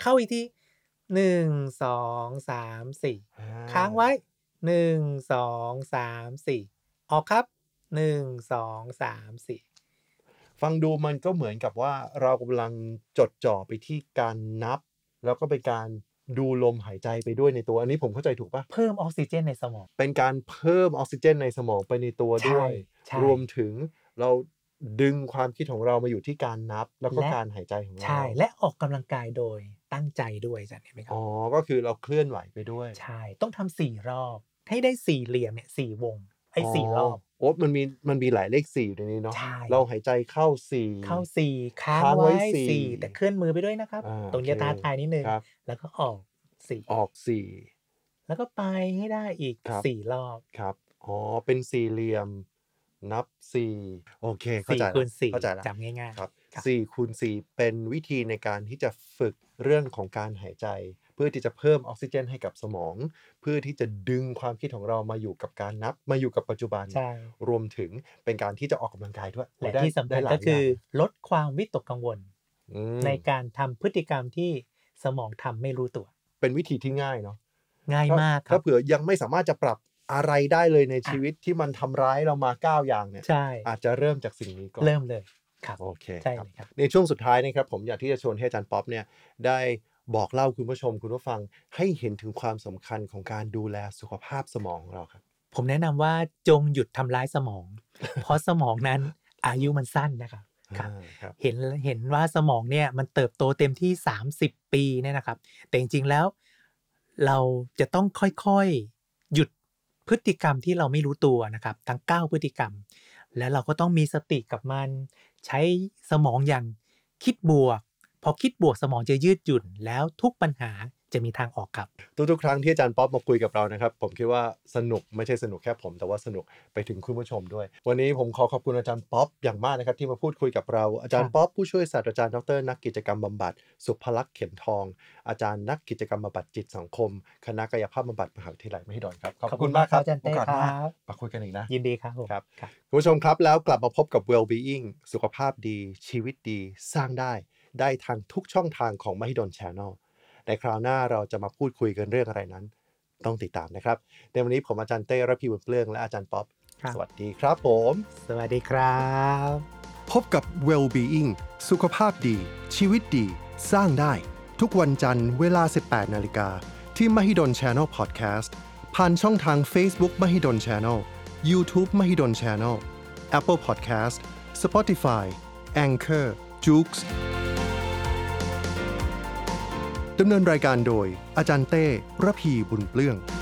[SPEAKER 3] เข้าอีกทีหนึ่งสองสามสี่
[SPEAKER 2] อ่
[SPEAKER 3] ค้างไว้หนึ่งสองสามสี่ออกครับหนึ่งสองสามสี่
[SPEAKER 2] ฟังดูมันก็เหมือนกับว่าเรากำลังจดจ่อไปที่การนับ แล้วก็เป็นการดูลมหายใจไปด้วยในตัวอันนี้ผมเข้าใจถูกปะ
[SPEAKER 3] เพิ่มออกซิเจนในสมอง
[SPEAKER 2] เป็นการเพิ่มออกซิเจนในสมองไปในตัวด้
[SPEAKER 3] ใช่
[SPEAKER 2] วย
[SPEAKER 3] ใช่
[SPEAKER 2] รวมถึงเราดึงความคิดของเรามาอยู่ที่การนับ แล้วก็
[SPEAKER 3] และ
[SPEAKER 2] การหายใจของเรา
[SPEAKER 3] ใช่ และออกกำลังกายโดยตั้งใจด้วยจันเห็นไหมครับ
[SPEAKER 2] อ๋อก็คือเราเคลื่อนไหวไปด้วย
[SPEAKER 3] ใช่ ต้องทำสี่รอบ ให้ได้สี่เหลี่ยมเนี่ยสี่วง ไอ้สี่รอบ
[SPEAKER 2] โอ้มันมีมันมีหลายเลขสี่อยู่ในนี้เนาะ
[SPEAKER 3] ใช่
[SPEAKER 2] เราหายใจเข้าสี่
[SPEAKER 3] เข้าสี่ค้าง
[SPEAKER 2] ค้างไว้
[SPEAKER 3] ไว้
[SPEAKER 2] สี่
[SPEAKER 3] สี่แต่เคลื่อนมือไปด้วยนะครับ
[SPEAKER 2] อ่า
[SPEAKER 3] ตรงเนี้ย
[SPEAKER 2] โอเค
[SPEAKER 3] ท้าทายนิดนึง
[SPEAKER 2] ครับ
[SPEAKER 3] แล้วก็ออกสี่
[SPEAKER 2] ออกสี่
[SPEAKER 3] แล้วก็ไปให้ได้อีก
[SPEAKER 2] ครับ
[SPEAKER 3] สี่รอบ
[SPEAKER 2] ครับ อ๋อ เป็นสี่เหลี่ยม นับสี่โอเค เข้า
[SPEAKER 3] สี่
[SPEAKER 2] ใจละ
[SPEAKER 3] คูณสี่
[SPEAKER 2] เข้าใจละ
[SPEAKER 3] จำง่าย
[SPEAKER 2] ครับ
[SPEAKER 3] ครับ
[SPEAKER 2] สี่คูณสี่เป็นวิธีในการที่จะฝึกเรื่องของการหายใจ เพื่อที่จะเพิ่มออกซิเจนให้กับสมอง เพื่อที่จะดึงความคิดของเรามาอยู่กับการนับ มาอยู่กับปัจจุบัน
[SPEAKER 3] ๆ ใช่
[SPEAKER 2] รวมถึงเป็นการที่จะออกกำลังกายด้วย
[SPEAKER 3] และ
[SPEAKER 2] ได้
[SPEAKER 3] ที่สำคั
[SPEAKER 2] ได้
[SPEAKER 3] ญ
[SPEAKER 2] หลาย
[SPEAKER 3] ก็คืออย่าง ลดความวิตกกังวล
[SPEAKER 2] อืม
[SPEAKER 3] ในการทำพฤติกรรมที่สมองทำไม่รู้ตัว
[SPEAKER 2] เป็นวิธีที่ง่ายเนาะ
[SPEAKER 3] ง่ายมากค
[SPEAKER 2] ถ้า
[SPEAKER 3] รับ
[SPEAKER 2] เผื่อยังไม่สามารถจะปรับอะไรได้เลยในชีวิตที่มันทำร้ายเรามาเก้าอย่างเนี่ย
[SPEAKER 3] ใช่
[SPEAKER 2] อาจจะเริ่มจากสิ่งนี้ก่อน
[SPEAKER 3] เริ่มเลยครับ
[SPEAKER 2] โอเค
[SPEAKER 3] ใช่
[SPEAKER 2] ครับ
[SPEAKER 3] เลยครับ
[SPEAKER 2] ในช่วงสุดท้ายนะครับผมอยากที่จะชวนให้อาจารย์ป๊อปเนี่ยได้บอกเล่าคุณผู้ชมคุณผู้ฟังให้เห็นถึงความสำคัญของการดูแลสุขภาพสมองของเราครับ
[SPEAKER 3] ผมแนะนำว่าจงหยุดทำร้ายสม อง เพราะสมองนั้นอายุมันสั้นนะครับ ครับ
[SPEAKER 2] อ่าครับ
[SPEAKER 3] เห็นเห็นว่าสมองเนี่ยมันเติบโตเต็มที่ 30 ปีเนี่ยนะครับ แต่จริงๆแล้วเราจะต้องค่อยๆ หยุดพฤติกรรมที่เราไม่รู้ตัวนะครับ ทั้ง 9 พฤติกรรม และเราก็ต้องมีสติกับมัน ใช้สมองอย่างคิดบวก พอคิดบวกสมองจะยืดหยุ่น แล้วทุกปัญหาจะมีทางออกครับ
[SPEAKER 2] ทุกๆครั้งที่อาจารย์ป๊อปมาคุยกับเรานะครับ ผมคิดว่าสนุกไม่ใช่สนุกแค่ผม แต่ว่าสนุกไปถึงคุณผู้ชมด้วย วันนี้ผมขอขอบคุณอาจารย์ป๊อปอย่างมากนะครับ ที่มาพูดคุยกับเราอาจารย์ป๊อปผู้ช่วยศาสตราจารย์ดรนักกิจกรรมบำบัดสุภลักษณ์เข็มทอง อาจารย์นักกิจกรรมบำบัดจิตสังคม คณะกายภาพบำบัดมหาวิทยาลัยมหิดลครับขอบคุณมากครับ
[SPEAKER 3] ขอบคุณมากครับอาจารย์เต้
[SPEAKER 2] โอกสหน้า
[SPEAKER 3] ครับ
[SPEAKER 2] มาคุยกันอีกนะ
[SPEAKER 3] ยินดีครับผม
[SPEAKER 2] ครับ
[SPEAKER 3] ครับ
[SPEAKER 2] คุณผู้ชมครับ แล้วกลับมาพบกับ Wellbeing สุขภาพดี ชีวิตดี สร้างได้ ได้ทางทุกช่องทางของ Mahidol Channel ในคราวหน้าเราจะมาพูดคุยกันเรื่องอะไรนั้น ต้องติดตามนะครับ ในวันนี้ผมอาจารย์เต้ระพีบุญเปลืองและอาจารย์ป๊อป
[SPEAKER 3] ครับ
[SPEAKER 2] สวัสดีครับผม
[SPEAKER 3] สวัสดีครับ
[SPEAKER 1] พบกับ Wellbeing สุขภาพดี ชีวิตดี สร้างได้ ทุกวันจันทร์เวลา 18 นาฬิกา ที่ Mahidol Channel Podcast ผ่านช่องทาง Facebook Mahidol Channel YouTube Mahidol Channel Apple Podcast Spotify Anchor j o o x
[SPEAKER 2] ดำเนินรายการโดย อาจารย์เต้ระพีบุญเปลื้อง